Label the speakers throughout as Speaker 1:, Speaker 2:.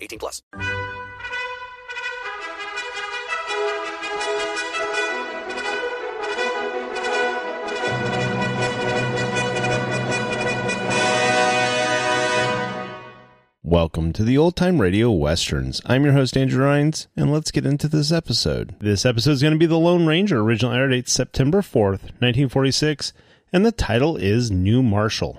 Speaker 1: 18 plus.
Speaker 2: Welcome to the Old Time Radio Westerns. I'm your host, Andrew Rhines, and let's get into this episode. This episode is going to be The Lone Ranger, original air date September 4th, 1946, and the title is New Marshal.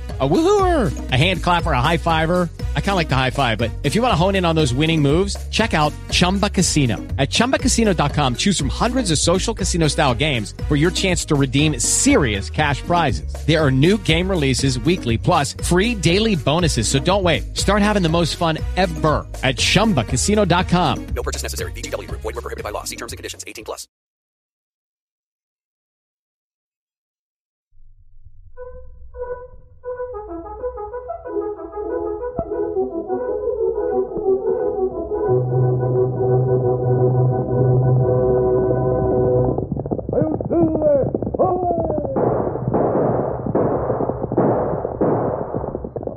Speaker 3: A woohooer, a hand clapper, a high fiver. I kind of like the high five, but if you want to hone in on those winning moves, check out Chumba Casino. At chumbacasino.com, choose from hundreds of social casino style games for your chance to redeem serious cash prizes. There are new game releases weekly, plus free daily bonuses. So don't wait. Start having the most fun ever at chumbacasino.com.
Speaker 1: No purchase necessary. VGW Group. Void were prohibited by law. See terms and conditions. 18 plus.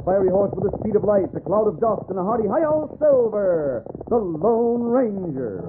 Speaker 4: fiery horse with the speed of light, a cloud of dust, and a hearty high old silver, the Lone Ranger.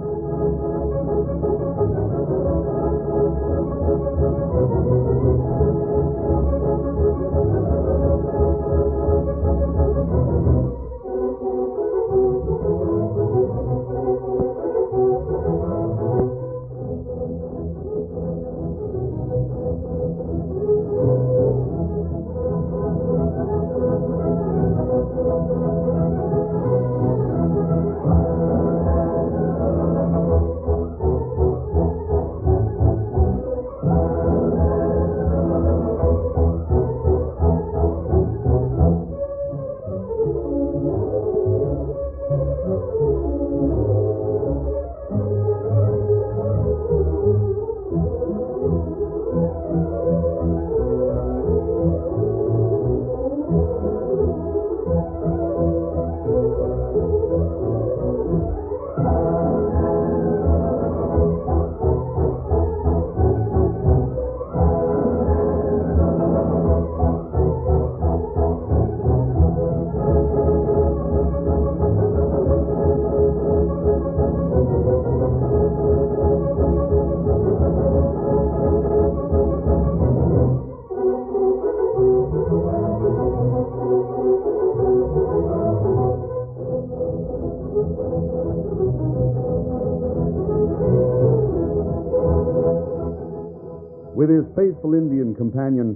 Speaker 4: With his faithful Indian companion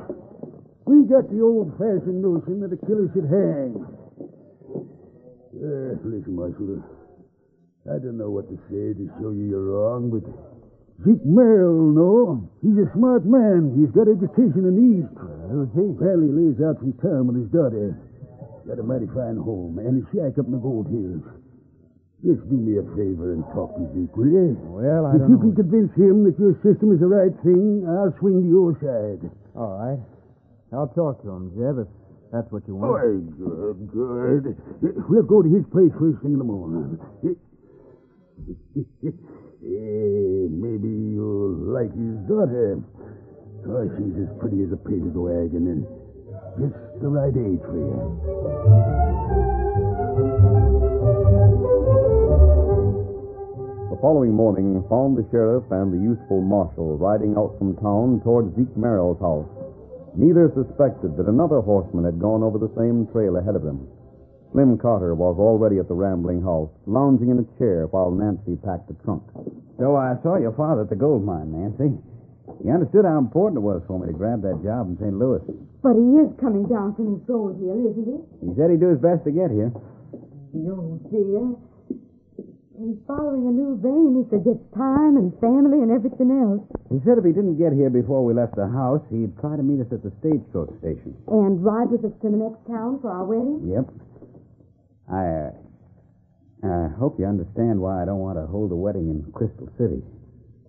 Speaker 5: We got the old-fashioned notion that a killer should hang. Uh, listen, Marshal. I don't know what to say to show you you're wrong, but Zeke Merrill, no. He's a smart man. He's got education in the East. Who's he? Well, he lives out from town with his daughter. Got a mighty fine home and a shack up in the Gold Hills. Just do me a favor and talk to Zeke, will you?
Speaker 6: Well,
Speaker 5: if you can convince him that your system is the right thing, I'll swing to your side.
Speaker 6: All right. I'll talk to him, Jeb, if that's what you want.
Speaker 5: Boy, good, good. Uh, We'll go to his place first thing in the morning. Eh, maybe you'll like his daughter. Oh, she's as pretty as a painted wagon and just the right age for you.
Speaker 4: The following morning found the sheriff and the youthful marshal riding out from town toward Zeke Merrill's house. Neither suspected that another horseman had gone over the same trail ahead of them. Slim Carter was already at the rambling house, lounging in a chair while Nancy packed the trunk.
Speaker 7: So I saw your father at the gold mine, Nancy. You understood how important it was for me to grab that job in St. Louis.
Speaker 8: But he is coming down from his gold hill, isn't he?
Speaker 7: He said he'd do his best to get here.
Speaker 8: No, dear. He's following a new vein. He forgets time and family and everything else.
Speaker 9: He said if he didn't get here before we left the house, he'd try to meet us at the stagecoach station.
Speaker 8: And ride with us to the next town for our wedding?
Speaker 9: Yep. I, uh, I hope you understand why I don't want to hold a wedding in Crystal City.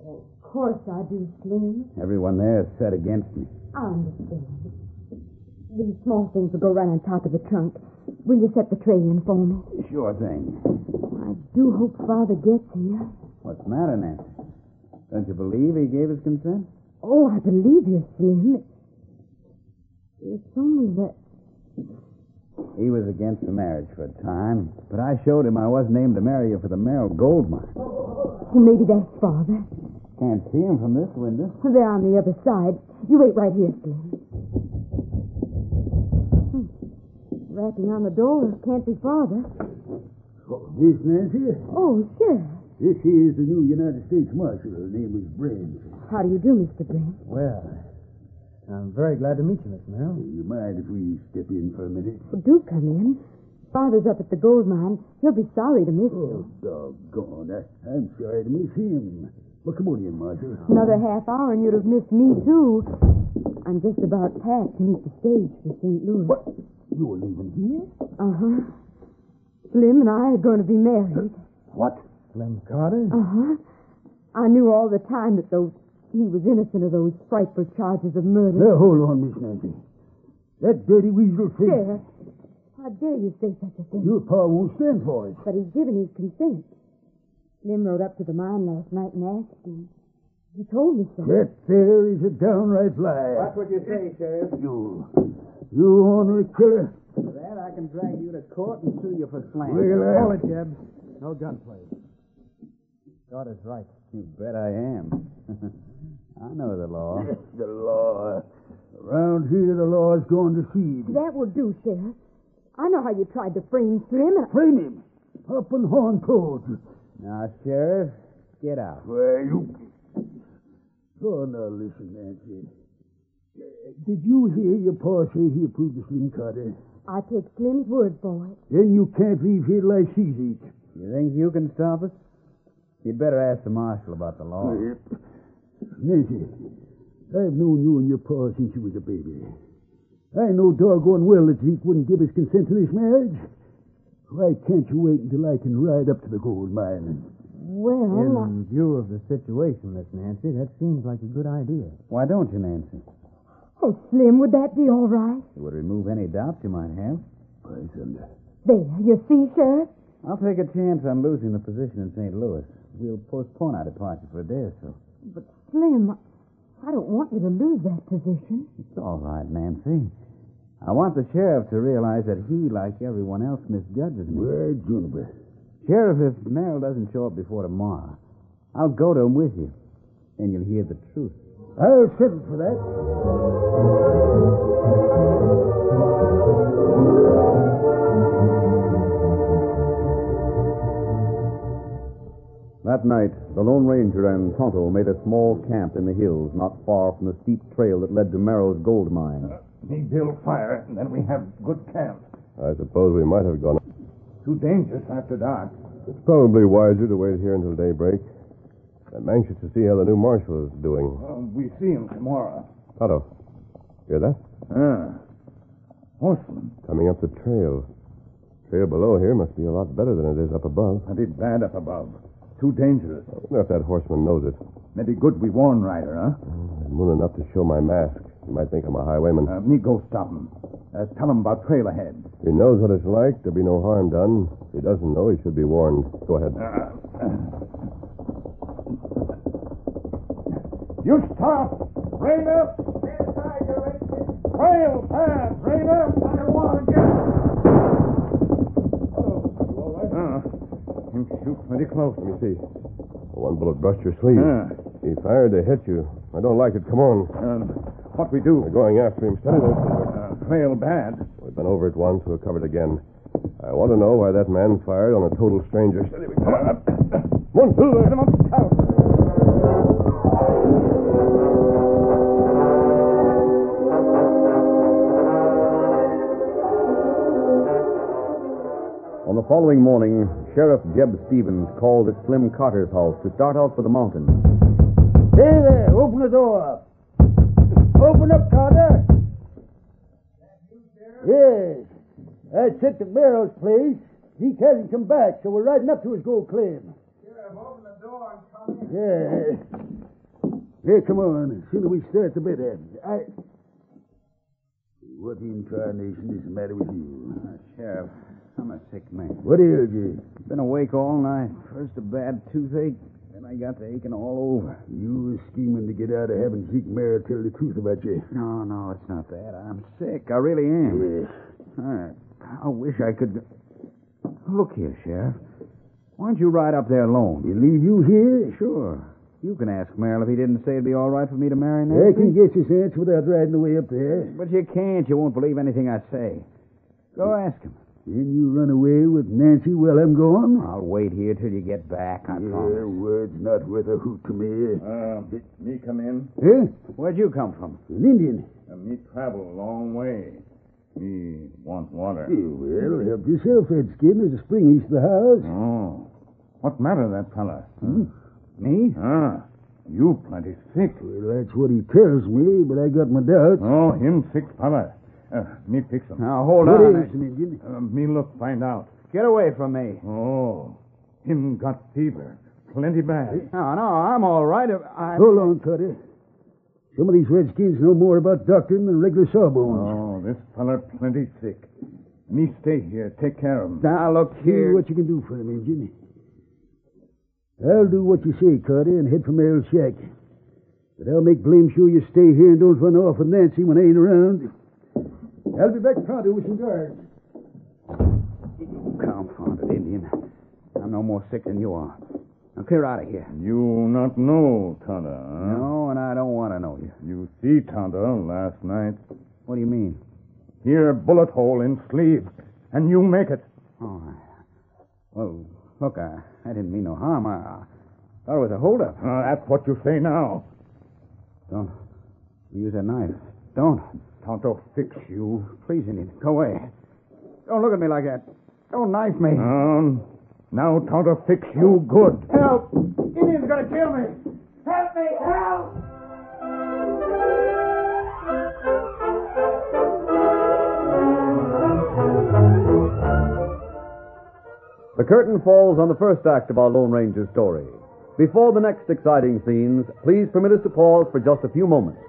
Speaker 8: Of course I do, Slim.
Speaker 9: Everyone there is set against me.
Speaker 8: I understand. These small things will go right on top of the trunk. Will you set the tray in for me?
Speaker 9: Sure thing.
Speaker 8: I do hope Father gets here.
Speaker 9: What's the matter, Nancy? Don't you believe he gave his consent?
Speaker 8: Oh, I believe you, Slim. It's only that.
Speaker 9: He was against the marriage for a time, but I showed him I wasn't aimed to marry you for the Merrill gold mine.
Speaker 8: Well, maybe that's Father.
Speaker 9: Can't see him from this window.
Speaker 8: They're on the other side. You wait right here, Slim. Hmm. Rapping on the door can't be Father.
Speaker 5: This Nancy?
Speaker 8: Oh, sure.
Speaker 5: This here is the new United States Marshal. Her name is Brand.
Speaker 8: How do you do, Mr. Brent?
Speaker 6: Well, I'm very glad to meet you, Miss Merrill.
Speaker 5: You mind if we step in for a minute?
Speaker 8: Well, do come in. Father's up at the gold mine. He'll be sorry to miss
Speaker 5: Oh,
Speaker 8: you.
Speaker 5: doggone. I, I'm sorry to miss him. Well, come on in, Marshal.
Speaker 8: Another half hour and you'd have missed me, too. I'm just about packed to meet the stage for St. Louis. What?
Speaker 5: You're leaving here?
Speaker 8: Uh-huh. Slim and I are going to be married.
Speaker 5: What?
Speaker 6: Slim Carter?
Speaker 8: Uh-huh. I knew all the time that those he was innocent of those frightful charges of murder.
Speaker 5: Now, hold on, Miss Nancy. That dirty weasel said
Speaker 8: Sheriff, how dare you say such a thing?
Speaker 5: your pa won't stand for it.
Speaker 8: But he's given his consent. Slim rode up to the mine last night and asked him. He told me so.
Speaker 5: That there is a downright lie.
Speaker 7: That's what you say, Sheriff.
Speaker 5: You. You ornery killer.
Speaker 7: For that, I can drag you to court and sue you for slander.
Speaker 5: Well,
Speaker 6: Call
Speaker 5: I-
Speaker 6: it, Jeb. No gunplay. Carter's right.
Speaker 9: You bet I am. I know the law.
Speaker 5: The law. Uh, Around here, the law's gone to seed.
Speaker 8: That will do, Sheriff. I know how you tried to frame Slim, and
Speaker 5: Frame him. Up and horn toad.
Speaker 9: Now, Sheriff, get out.
Speaker 5: Well, you. Oh, now listen, Nancy. Uh, Did you hear your pa say he approved of Slim Carter?
Speaker 8: I take Slim's word for it.
Speaker 5: Then you can't leave here till I seize it.
Speaker 9: You think you can stop us? You'd better ask the marshal about the law.
Speaker 5: Yep. Nancy, I've known you and your pa since you was a baby. I know doggone well that Zeke wouldn't give his consent to this marriage. Why can't you wait until I can ride up to the gold mine?
Speaker 8: Well, I-
Speaker 6: In view of the situation, Miss Nancy, that seems like a good idea.
Speaker 9: Why don't you, Nancy?
Speaker 8: oh, Slim, would that be all right?
Speaker 9: It would remove any doubts you might have.
Speaker 5: By thunder.
Speaker 8: There, you see, Sheriff?
Speaker 9: I'll take a chance on losing the position in St. Louis. We'll postpone our departure for a day or so.
Speaker 8: Slim, I don't want you to lose that position.
Speaker 9: It's all right, Nancy. I want the sheriff to realize that he, like everyone else, misjudges me.
Speaker 5: Why, Juniper?
Speaker 9: Sheriff, if Merrill doesn't show up before tomorrow, I'll go to him with you. Then you'll hear the truth.
Speaker 5: I'll settle for that.
Speaker 4: That night, the Lone Ranger and Tonto made a small camp in the hills not far from the steep trail that led to Merrill's gold mine.
Speaker 10: We build fire, and then we have good camp.
Speaker 11: I suppose we might have gone.
Speaker 10: Too dangerous after dark.
Speaker 11: It's probably wiser to wait here until daybreak. I'm anxious to see how the new marshal is doing.
Speaker 10: Well, we see him tomorrow.
Speaker 11: Toto, hear that?
Speaker 10: Ah. Horseman.
Speaker 11: Coming up the trail. Trail below here must be a lot better than it is up above.
Speaker 10: That is bad up above. Too dangerous.
Speaker 11: I wonder if that horseman knows it.
Speaker 10: Maybe good we warn Ryder, huh?
Speaker 11: I'm moon enough to show my mask. He might think I'm a highwayman.
Speaker 10: Uh, me go stop him. Uh, tell him about trail ahead.
Speaker 11: If he knows what it's like, there'll be no harm done. If he doesn't know, he should be warned. Go ahead.
Speaker 10: Uh, You stop! Rain up! Trail fast! Rain up! I warned you! Uh, him shoot pretty close.
Speaker 11: Let me see. One bullet brushed your sleeve.
Speaker 10: Ah.
Speaker 11: He fired to hit you. I don't like it. Come on.
Speaker 10: Um, what we do?
Speaker 11: We're going after him. Steady there, Silver.
Speaker 10: Uh, trail bad.
Speaker 11: We've been over it once. We'll cover it again. I want to know why that man fired on a total stranger. Steady, we- Come on. up. One, two, there. Come on.
Speaker 4: On the following morning, Sheriff Jeb Stevens called at Slim Carter's house to start out for the mountains.
Speaker 12: Hey there, open the door. Open up, Carter. Yes. That's it, the Merrill's place. Zeke hasn't come back, so we're riding up to his gold claim.
Speaker 5: Yeah.
Speaker 12: Hey, come on. The sooner we start, the better.
Speaker 5: I. What in tarnation is the matter with you?
Speaker 9: Sheriff, I'm a sick man.
Speaker 5: What ails you?
Speaker 9: Been awake all night. First a bad toothache, then I got the aching all over.
Speaker 5: You were scheming to get out of having Zeke Merrill tell the truth about you.
Speaker 9: No, no, it's not that. I'm sick. I really am. I, I wish I could. Look here, Sheriff. Why don't you ride up there alone? You leave you here? Sure. You can ask Merrill if he didn't say it'd be all right for me to marry Nancy.
Speaker 5: I can get you, Sands, without riding away up there.
Speaker 9: But you can't. You won't believe anything I say. Go ask him.
Speaker 5: Then you run away with Nancy while I'm gone?
Speaker 9: I'll wait here till you get back, I promise.
Speaker 5: Your word's not worth a hoot to me.
Speaker 10: Uh, me come in?
Speaker 5: Huh?
Speaker 9: Where'd you come from?
Speaker 5: An Indian.
Speaker 10: Uh, me travel a long way. Me want water.
Speaker 5: Eh, well, help yourself, Redskin. There's a spring east of the house.
Speaker 10: Oh. What matter, that fella?
Speaker 5: Hmm?
Speaker 10: Me? Ah. You plenty sick.
Speaker 5: Well, that's what he tells me, but I got my doubts.
Speaker 10: Oh, him sick fella. Uh, me fix him.
Speaker 9: Now, hold
Speaker 5: What
Speaker 9: on.
Speaker 5: is an Indian?
Speaker 10: Uh, me look, find out.
Speaker 9: Get away from me.
Speaker 10: Oh. Him got fever. Plenty bad.
Speaker 9: No, no, I'm all right. I...
Speaker 5: Hold on, Cutter. Some of these Redskins know more about doctrine than regular sawbones.
Speaker 10: Oh, this fella plenty sick. Me stay here. Take care of him.
Speaker 9: Now, look
Speaker 5: See
Speaker 9: here.
Speaker 5: what you can do for him, Injun. I'll do what you say, Carter, and head for Merrill's shack. But I'll make blame sure you stay here and don't run off with Nancy when I ain't around. I'll be back pronto with some guards.
Speaker 9: Confounded Indian. I'm no more sick than you are. Now, clear out of here.
Speaker 10: You not know, Tonda, huh?
Speaker 9: No, and I don't want to know you.
Speaker 10: You see, Tonda, last night.
Speaker 9: What do you mean?
Speaker 10: Here, bullet hole in sleeve. And you make it.
Speaker 9: Oh, I... well, look, I, I didn't mean no harm. I, I thought it was a holdup.
Speaker 10: Uh, that's what you say now.
Speaker 9: Don't use that knife. Don't.
Speaker 10: Tonto fix you.
Speaker 9: Please, Indian, go away. Don't look at me like that. Don't knife me.
Speaker 10: Um, now Tonto fix you good.
Speaker 9: Help! Indian's gonna kill me. Help me! Help!
Speaker 4: The curtain falls on the first act of our Lone Ranger's story. Before the next exciting scenes, please permit us to pause for just a few moments.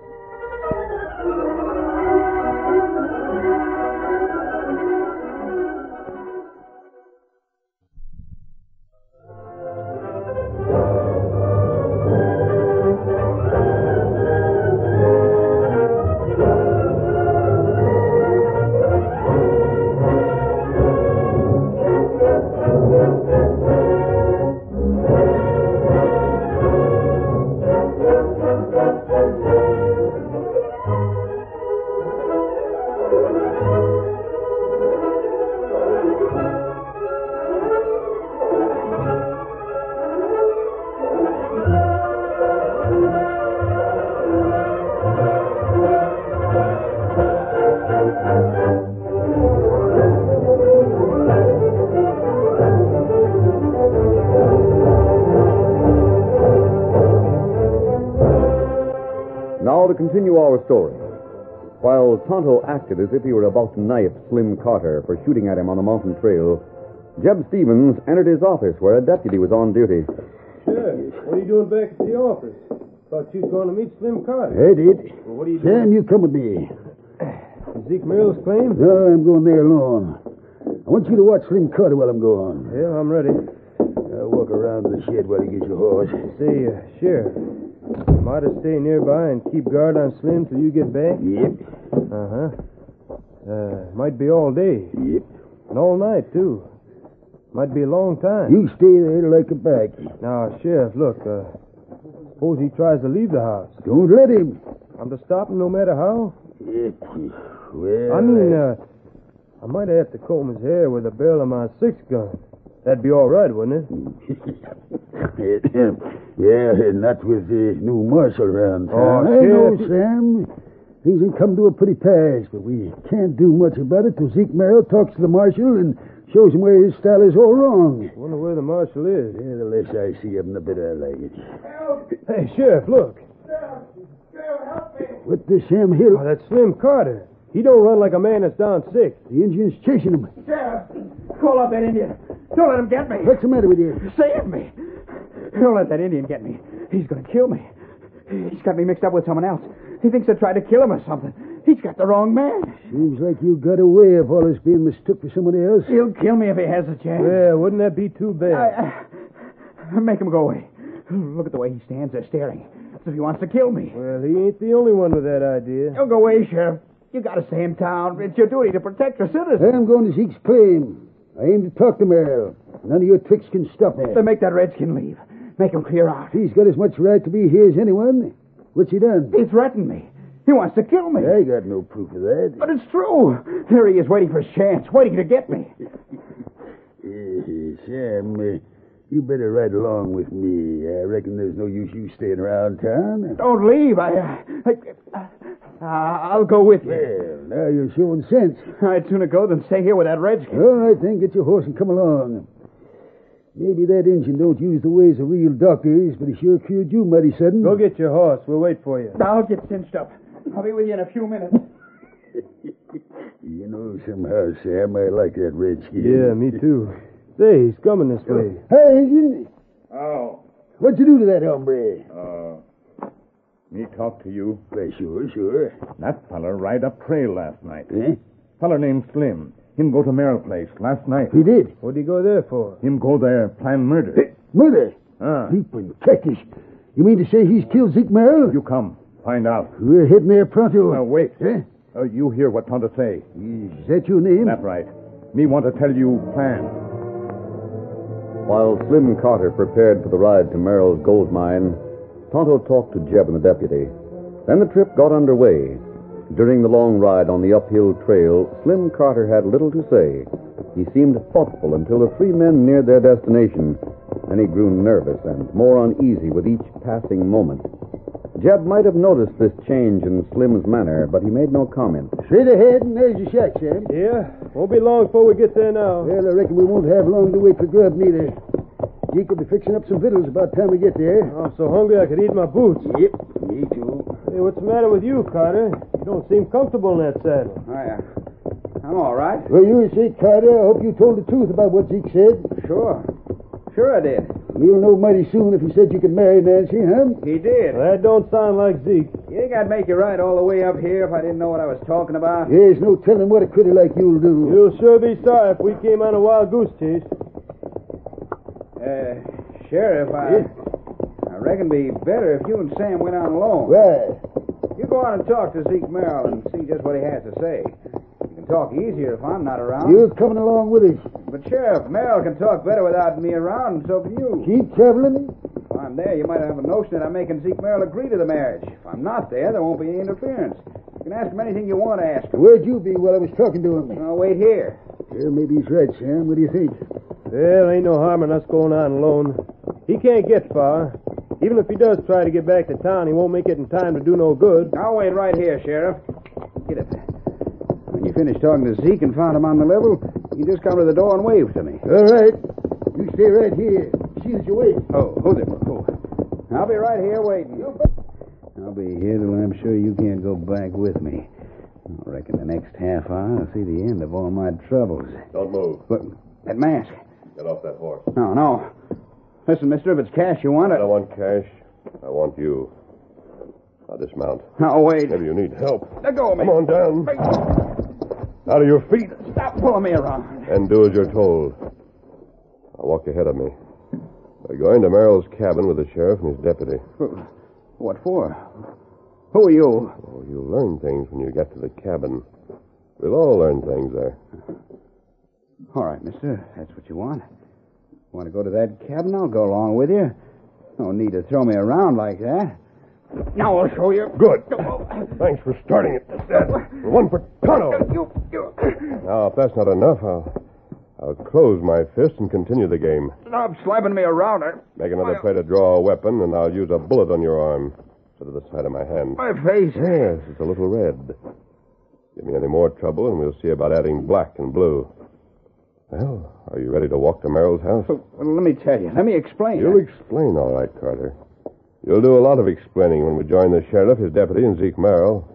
Speaker 4: Now to continue our story. While Tonto acted as if he were about to knife Slim Carter for shooting at him on the mountain trail, Jeb Stevens entered his office where a deputy was on duty.
Speaker 13: Sheriff, what are you doing back at the office? Thought you was going to meet Slim Carter.
Speaker 5: I did.
Speaker 13: Well, what are you doing?
Speaker 5: Sam, you come with me.
Speaker 13: Zeke Merrill's claim?
Speaker 5: No, I'm going there alone. I want you to watch Slim Carter while I'm gone.
Speaker 13: Yeah, I'm ready.
Speaker 5: I'll walk around to the shed while you get your horse.
Speaker 13: Say, uh, Sheriff, am I to stay nearby and keep guard on Slim till you get back?
Speaker 5: Yep,
Speaker 13: Uh-huh. Uh, might be all day.
Speaker 5: yep.
Speaker 13: And all night, too. Might be a long time.
Speaker 5: You stay there like a back.
Speaker 13: Now, Sheriff, look, uh, suppose he tries to leave the house.
Speaker 5: Don't let him.
Speaker 13: I'm to stop him no matter how?
Speaker 5: Yep. Well,
Speaker 13: I mean, uh, I might have to comb his hair with the barrel of my six gun. That'd be all right, wouldn't it?
Speaker 5: yeah, not with the new marshal around.
Speaker 13: uh, Oh,
Speaker 5: I know,
Speaker 13: shit.
Speaker 5: Sam. Things have come to a pretty pass, but we can't do much about it till Zeke Merrill talks to the marshal and Shows him where his style is all wrong.
Speaker 13: Wonder where the marshal is.
Speaker 5: Yeah, the less I see of him, the better I like it.
Speaker 13: Hey, Sheriff, look.
Speaker 5: What the Sam Hill?
Speaker 13: Oh, that's Slim Carter. He don't run like a man that's down sick.
Speaker 5: The Indian's chasing him.
Speaker 14: Sheriff, call up that Indian. Don't let him get me.
Speaker 5: What's the matter with you?
Speaker 14: Save me. Don't let that Indian get me. He's going to kill me. He's got me mixed up with someone else. He thinks I tried to kill him or something. He's got the wrong man.
Speaker 5: Seems like you got away of all this being mistook for someone else.
Speaker 14: He'll kill me if he has a chance.
Speaker 13: Yeah, wouldn't that be too bad?
Speaker 14: I- I- make him go away. Look at the way he stands there staring. As if he wants to kill me.
Speaker 13: Well, he ain't the only one with that idea.
Speaker 14: Don't go away, Sheriff. You gotta stay in town. It's your duty to protect your citizens.
Speaker 5: I'm going to seek claim. I aim to talk to Merrill. None of your tricks can stop me.
Speaker 14: Then make that redskin leave. Make him clear out.
Speaker 5: He's got as much right to be here as anyone. What's he done?
Speaker 14: He threatened me. He wants to kill me.
Speaker 5: I got no proof of that.
Speaker 14: But it's true. Here he is waiting for his chance, waiting to get me.
Speaker 5: Eh, Sam, eh, you better ride along with me. I reckon there's no use you staying around town.
Speaker 14: Don't leave. I, uh, I, I, will Uh, go with you.
Speaker 5: Well, now you're showing sense.
Speaker 14: I'd sooner go than stay here with that redskin.
Speaker 5: All right, then, get your horse and come along. Maybe that engine don't use the ways of real doctors, but he sure cured you mighty sudden.
Speaker 13: Go get your horse. We'll wait for you.
Speaker 14: I'll get cinched up. I'll be with you in a few minutes.
Speaker 5: You know, somehow, Sam, I like that redskin.
Speaker 13: Yeah, me too. Say, he's coming this way.
Speaker 5: Hey, engine,
Speaker 10: Oh,
Speaker 5: what'd you do to that hombre?
Speaker 10: uh, me talk to you.
Speaker 5: Well, sure, sure.
Speaker 10: That feller ride up trail last night.
Speaker 5: Eh?
Speaker 10: Feller named Slim. Him go to Merrill place last night.
Speaker 5: He did. Eh,
Speaker 13: What'd he go there for?
Speaker 10: Him go there plan murder.
Speaker 5: Murder.
Speaker 10: Ah,
Speaker 5: Leaping cactus. You mean to say he's killed Zeke Merrill?
Speaker 10: you come. Find out.
Speaker 5: We're heading there pronto.
Speaker 10: Now, wait.
Speaker 5: Eh?
Speaker 10: Uh, you hear what Tonto say.
Speaker 5: Is that your name?
Speaker 10: That right. Me want to tell you plan.
Speaker 15: While Slim Carter prepared for the ride to Merrill's gold mine, Tonto talked to Jeb and the deputy. Then the trip got underway. During the long ride on the uphill trail, Slim Carter had little to say. He seemed thoughtful until the three men neared their destination. Then he grew nervous and more uneasy with each passing moment. Jeb might have noticed this change in Slim's manner, but he made no comment.
Speaker 5: Straight ahead, and there's your shack, Sam.
Speaker 13: Yeah? Won't be long before we get there now.
Speaker 5: Well, I reckon we won't have long to wait for grub, neither. Jake will be fixing up some victuals about time we get there.
Speaker 13: I'm so hungry I could eat my boots.
Speaker 5: Yep, me too.
Speaker 13: Hey, what's the matter with you, Carter? You don't seem comfortable in that saddle.
Speaker 14: Oh, yeah. I'm all right.
Speaker 5: Well, you say, Carter, I hope you told the truth about what Zeke said.
Speaker 14: Sure. Sure I did.
Speaker 5: We'll know mighty soon if he said you could marry Nancy, huh?
Speaker 14: He did.
Speaker 13: That don't sound like Zeke.
Speaker 14: You think I'd make you ride all the way up here if I didn't know what I was talking about?
Speaker 5: There's no telling what a critter like you'll do.
Speaker 13: You'll sure be sorry if we came on a wild goose chase.
Speaker 14: Uh, Sheriff, I, I reckon it'd be better if you and Sam went on alone.
Speaker 5: Right.
Speaker 14: You go out and talk to Zeke Merrill and see just what he has to say. You can talk easier if I'm not around.
Speaker 5: You're coming along with us.
Speaker 14: But Sheriff, Merrill can talk better without me around, and so can you.
Speaker 5: Keep traveling.
Speaker 14: If I'm there, you might have a notion that I'm making Zeke Merrill agree to the marriage. If I'm not there, there won't be any interference. You can ask him anything you want to ask him.
Speaker 5: Where'd you be while I was talking to him?
Speaker 14: I'll wait here.
Speaker 5: Yeah, maybe he's right, Sam. What do you think?
Speaker 13: Well, ain't no harm in us going on alone. He can't get far. Even if he does try to get back to town, he won't make it in time to do no good.
Speaker 14: I'll wait right here, Sheriff. Get it. When you finish talking to Zeke and found him on the level, you just come to the door and wave to me.
Speaker 5: All right. You stay right here. See that you wait.
Speaker 14: Oh, hold it, hold it. I'll be right here waiting. I'll be here till I'm sure you can't go back with me. I reckon the next half hour I'll see the end of all my troubles.
Speaker 11: Don't move.
Speaker 14: But that mask.
Speaker 11: Get off that horse.
Speaker 14: No, no. Listen, mister, if it's cash you want,
Speaker 11: I
Speaker 14: it.
Speaker 11: don't want cash. I want you. Now dismount.
Speaker 14: No, wait.
Speaker 11: Maybe you need help.
Speaker 14: Let go of me.
Speaker 11: Come on down.
Speaker 14: Wait.
Speaker 11: Out of your feet.
Speaker 14: Stop pulling me around.
Speaker 11: And do as you're told. Now walk ahead of me. We're going to Merrill's cabin with the sheriff and his deputy.
Speaker 14: What for? Who are you?
Speaker 11: Oh, you'll learn things when you get to the cabin. We'll all learn things there.
Speaker 14: All right, mister. That's what you want. Want to go to that cabin? I'll go along with you. No need to throw me around like that. Now I'll show you.
Speaker 11: Good. Thanks for starting it. That's that. And One for Tonto.
Speaker 14: You, you.
Speaker 11: Now, if that's not enough, I'll, I'll close my fist and continue the game.
Speaker 14: Stop slapping me around. eh? I-
Speaker 11: Make another
Speaker 14: uh,
Speaker 11: play to draw a weapon, and I'll use a bullet on your arm. Instead of the side of my hand.
Speaker 14: My face.
Speaker 11: Yes, it's a little red. Give me any more trouble, and we'll see about adding black and blue. Well, are you ready to walk to Merrill's house?
Speaker 14: Oh, Well, let me tell you. Let me explain.
Speaker 11: You'll explain, all right, Carter. You'll do a lot of explaining when we join the sheriff, his deputy, and Zeke Merrill.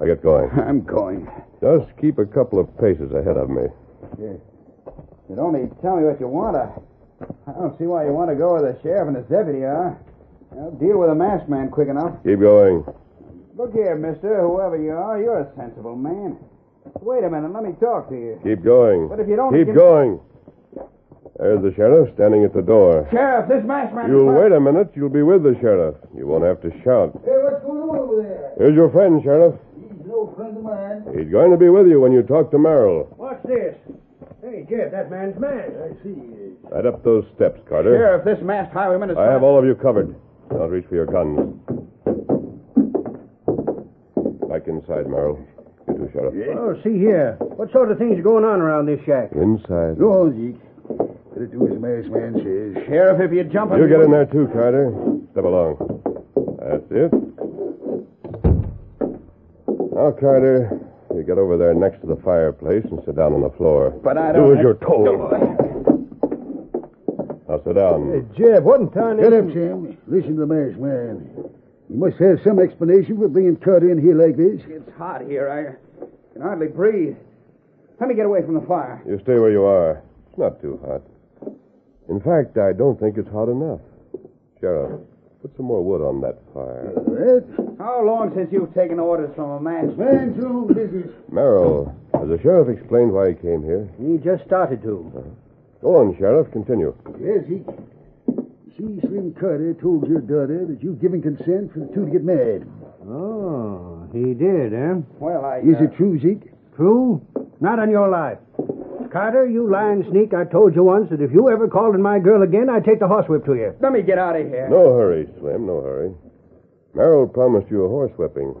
Speaker 11: I get going.
Speaker 14: I'm going.
Speaker 11: Just keep a couple of paces ahead of me.
Speaker 14: You you only tell me what you want. I, I don't see why you want to go where the sheriff and his deputy are. I'll deal with a masked man quick enough.
Speaker 11: Keep going.
Speaker 14: Look here, mister, whoever you are, you're a sensible man. Wait a minute, let me talk to you.
Speaker 11: Keep going.
Speaker 14: But if you don't
Speaker 11: Keep
Speaker 14: give-
Speaker 11: going. There's the sheriff standing at the door.
Speaker 14: Sheriff, this masked man.
Speaker 11: You'll wait a minute. You'll be with the sheriff. You won't have to shout.
Speaker 16: Hey, what's going on over there?
Speaker 11: Here's your friend, Sheriff.
Speaker 16: He's no friend of mine.
Speaker 11: He's going to be with you when you talk to Merrill.
Speaker 6: What's this? Hey, Jeff, that man's mad. I see.
Speaker 11: Right up those steps, Carter.
Speaker 14: Sheriff, this masked highwayman is.
Speaker 11: I have all of you covered. Now reach for your guns. Back inside, Merrill. You too, Sheriff.
Speaker 6: Oh, see here. What sort of things are going on around this shack?
Speaker 11: Inside.
Speaker 14: Go, Zeke.
Speaker 11: Get it to his masked man, says.
Speaker 14: Sheriff, if you jump
Speaker 11: You get in there too, Carter. Step along. That's it. Now, Carter, you get over there next to the fireplace and sit down on the floor.
Speaker 17: But I
Speaker 11: Do
Speaker 17: don't-
Speaker 11: as you're told. Now sit down.
Speaker 17: Hey, Jeb, what in tarnation?
Speaker 5: Get up, Jim. Listen to the masked man. You must have some explanation for being caught in here like this.
Speaker 14: It's hot here. I can hardly breathe. Let me get away from the fire.
Speaker 11: You stay where you are. It's not too hot. In fact, I don't think it's hot enough. Sheriff, put some more wood on that fire.
Speaker 14: How long since you've taken orders from a masked
Speaker 5: man? Man's own business.
Speaker 11: Merrill, has the sheriff explained why he came here? Uh-huh.
Speaker 6: He just started to.
Speaker 11: Go on, Sheriff. Continue.
Speaker 5: Yes, he. See, Slim Carter told your daughter that you've given consent for the two to get married.
Speaker 6: Oh, he did, eh?
Speaker 14: Well, I.
Speaker 5: Is it true, Zeke?
Speaker 6: True? Not on your life. Carter, you lying sneak, I told you once that if you ever called on my girl again, I'd take the horsewhip to you.
Speaker 14: Let me get out of here.
Speaker 11: No hurry, Slim. No hurry. Merrill promised you a horse whipping.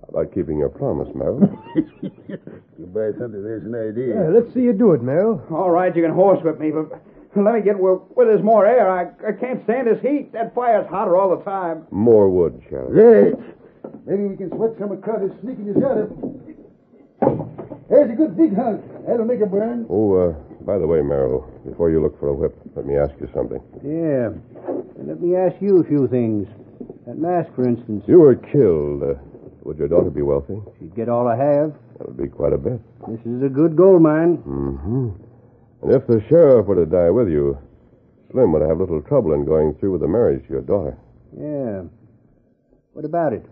Speaker 11: How about keeping your promise, Merrill?
Speaker 5: You buy something, there's an idea.
Speaker 14: let's see you do it, Merrill. All right, you can horsewhip me, but let me get where, where there's more air. I, I can't stand this heat. That fire's hotter all the time.
Speaker 11: More wood, Sheriff.
Speaker 5: Maybe we can sweat some of Carter's sneaking us out of. There's a good big hunk. That'll make a burn.
Speaker 11: Oh, uh, by the way, Merrill, before you look for a whip, let me ask you something.
Speaker 6: Yeah. And let me ask you a few things. That mask, for instance,
Speaker 11: If you were killed, uh, would your daughter be wealthy?
Speaker 6: you'd get all I have.
Speaker 11: That would be quite a bit.
Speaker 6: This is a good gold mine.
Speaker 11: Mm-hmm. And if the sheriff were to die with you, Slim would have little trouble in going through with the marriage to your daughter.
Speaker 6: Yeah. What about it?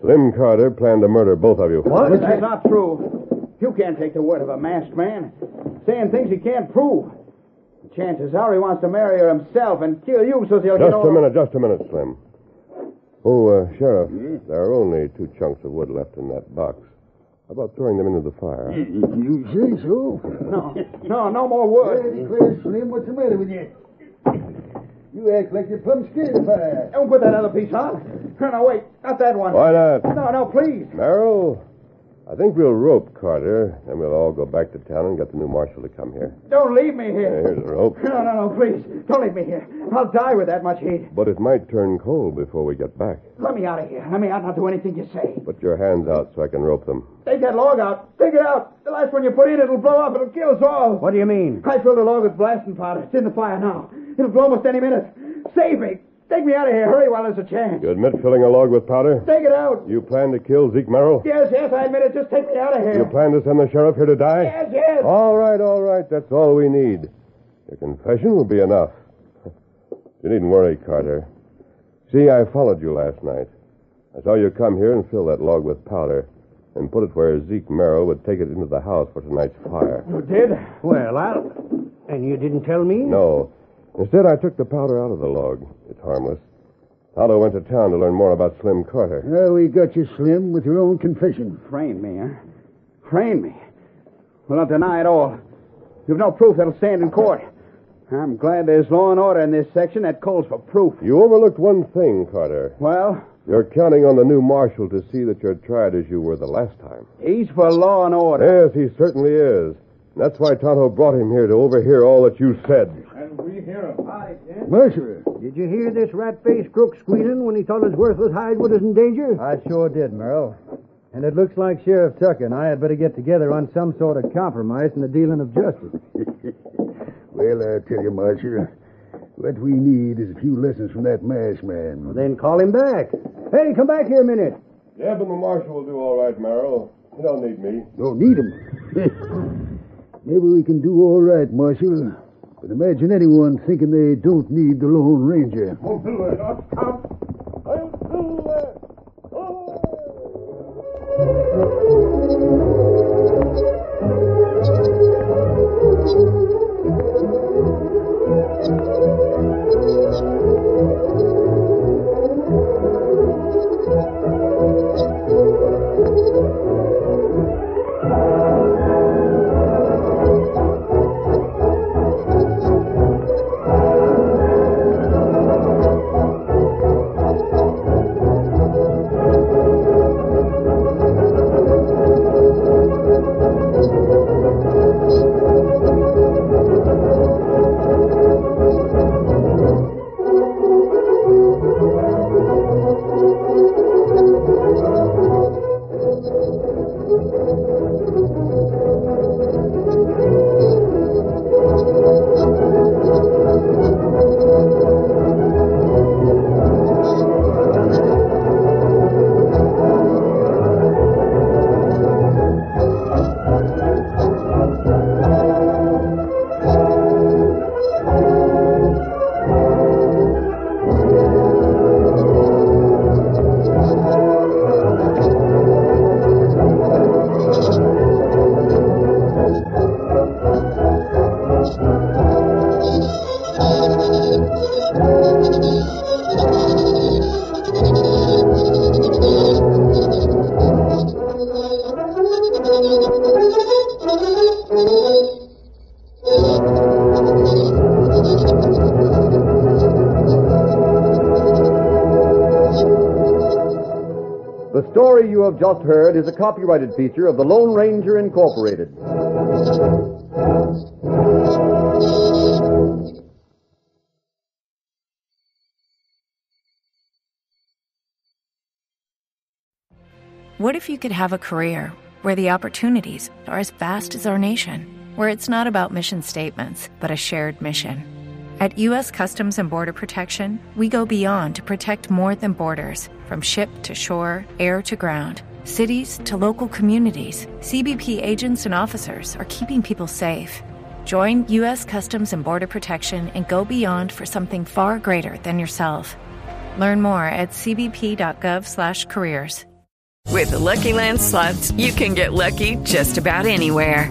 Speaker 11: Slim Carter planned to murder both of you.
Speaker 14: That's not true. You can't take the word of a masked man saying things he can't prove. Chances are he wants to marry her himself and kill you so he'll get
Speaker 11: Just
Speaker 14: all...
Speaker 11: a minute, just a minute, Slim. Oh, uh, Sheriff, there are only two chunks of wood left in that box. How about throwing them into the fire?
Speaker 5: You say so.
Speaker 14: No, no, no more wood.
Speaker 5: Hey, declare, Slim, what's the matter with you? You act like you're plumb scared of fire.
Speaker 14: Don't put that other piece on. No, no, wait. Not that one.
Speaker 11: Why not?
Speaker 14: No, no, please.
Speaker 11: Merrill, I think we'll rope Carter, then we'll all go back to town and get the new marshal to come here.
Speaker 14: Don't leave me here.
Speaker 11: Here's a rope.
Speaker 14: No, no, no, please. Don't leave me here. I'll die with that much heat.
Speaker 11: But it might turn cold before we get back.
Speaker 14: Let me out of here. Let me out. I'll do anything you say.
Speaker 11: Put your hands out so I can rope them.
Speaker 14: Take that log out. Take it out. The last one you put in, it'll blow up. It'll kill us all. What
Speaker 6: do you mean?
Speaker 14: I filled the log with blasting powder. It's in the fire now. It'll blow almost any minute. Save me. Take me out of here. Hurry while there's a chance.
Speaker 11: You admit filling a log with powder?
Speaker 14: Take it out.
Speaker 11: You plan to kill Zeke Merrill?
Speaker 14: Yes, yes, I admit it. Just take me out of
Speaker 11: You
Speaker 14: here.
Speaker 11: plan to send the sheriff here to die?
Speaker 14: Yes, yes.
Speaker 6: Oh.
Speaker 11: All right, all right. That's all we need. Your confession will be enough. You needn't worry, Carter. See, I followed you last night. I saw you come here and fill that log with powder and put it where Zeke Merrill would take it into the house for tonight's fire.
Speaker 6: You did? Well, I'll. And you didn't tell me?
Speaker 11: No. Instead, I took the powder out of the log. It's harmless. Tonto went to town to learn more about Slim Carter.
Speaker 5: Now we got you, Slim, with your own confession.
Speaker 14: Framed me, huh? Framed me. Well, I'll deny it all. You've no proof that'll stand in court. I'm glad there's law and order in this section. That calls for proof.
Speaker 11: You overlooked one thing, Carter.
Speaker 14: Well,
Speaker 11: You're counting on the new marshal to see that you're tried as you were the last time.
Speaker 14: he's for law and order.
Speaker 11: Yes, he certainly is. That's why Tonto brought him here to overhear all that you said.
Speaker 16: And we hear about it, then.
Speaker 5: Mercer.
Speaker 6: Did you hear this rat faced crook squealing when he thought his worthless hide was in danger?
Speaker 18: I sure did, Merle.
Speaker 6: And it looks like Sheriff Tucker and I had better get together on some sort of compromise in the dealing of justice.
Speaker 10: Well, I tell you, Marcia, what we need is a few lessons from that masked man.
Speaker 6: Then call him back. Hey, come back here a minute.
Speaker 11: Jeb and the marshal will do all right, Merrill. You don't need me.
Speaker 10: Don't need him. Maybe we can do all right, Marshal. But imagine anyone thinking they don't need the Lone Ranger.
Speaker 15: The story you have just heard is a copyrighted feature of the Lone Ranger Incorporated.
Speaker 19: What if you could have a career where the opportunities are as vast as our nation, where it's not about mission statements, but a shared mission? At U.S. Customs and Border Protection, we go beyond to protect more than borders from ship to shore, air to ground, cities to local communities. CBP agents and officers are keeping people safe. Join U.S. Customs and Border Protection and go beyond for something far greater than yourself. Learn more at cbp.gov/careers.
Speaker 20: With the Lucky Land slots, you can get lucky just about anywhere.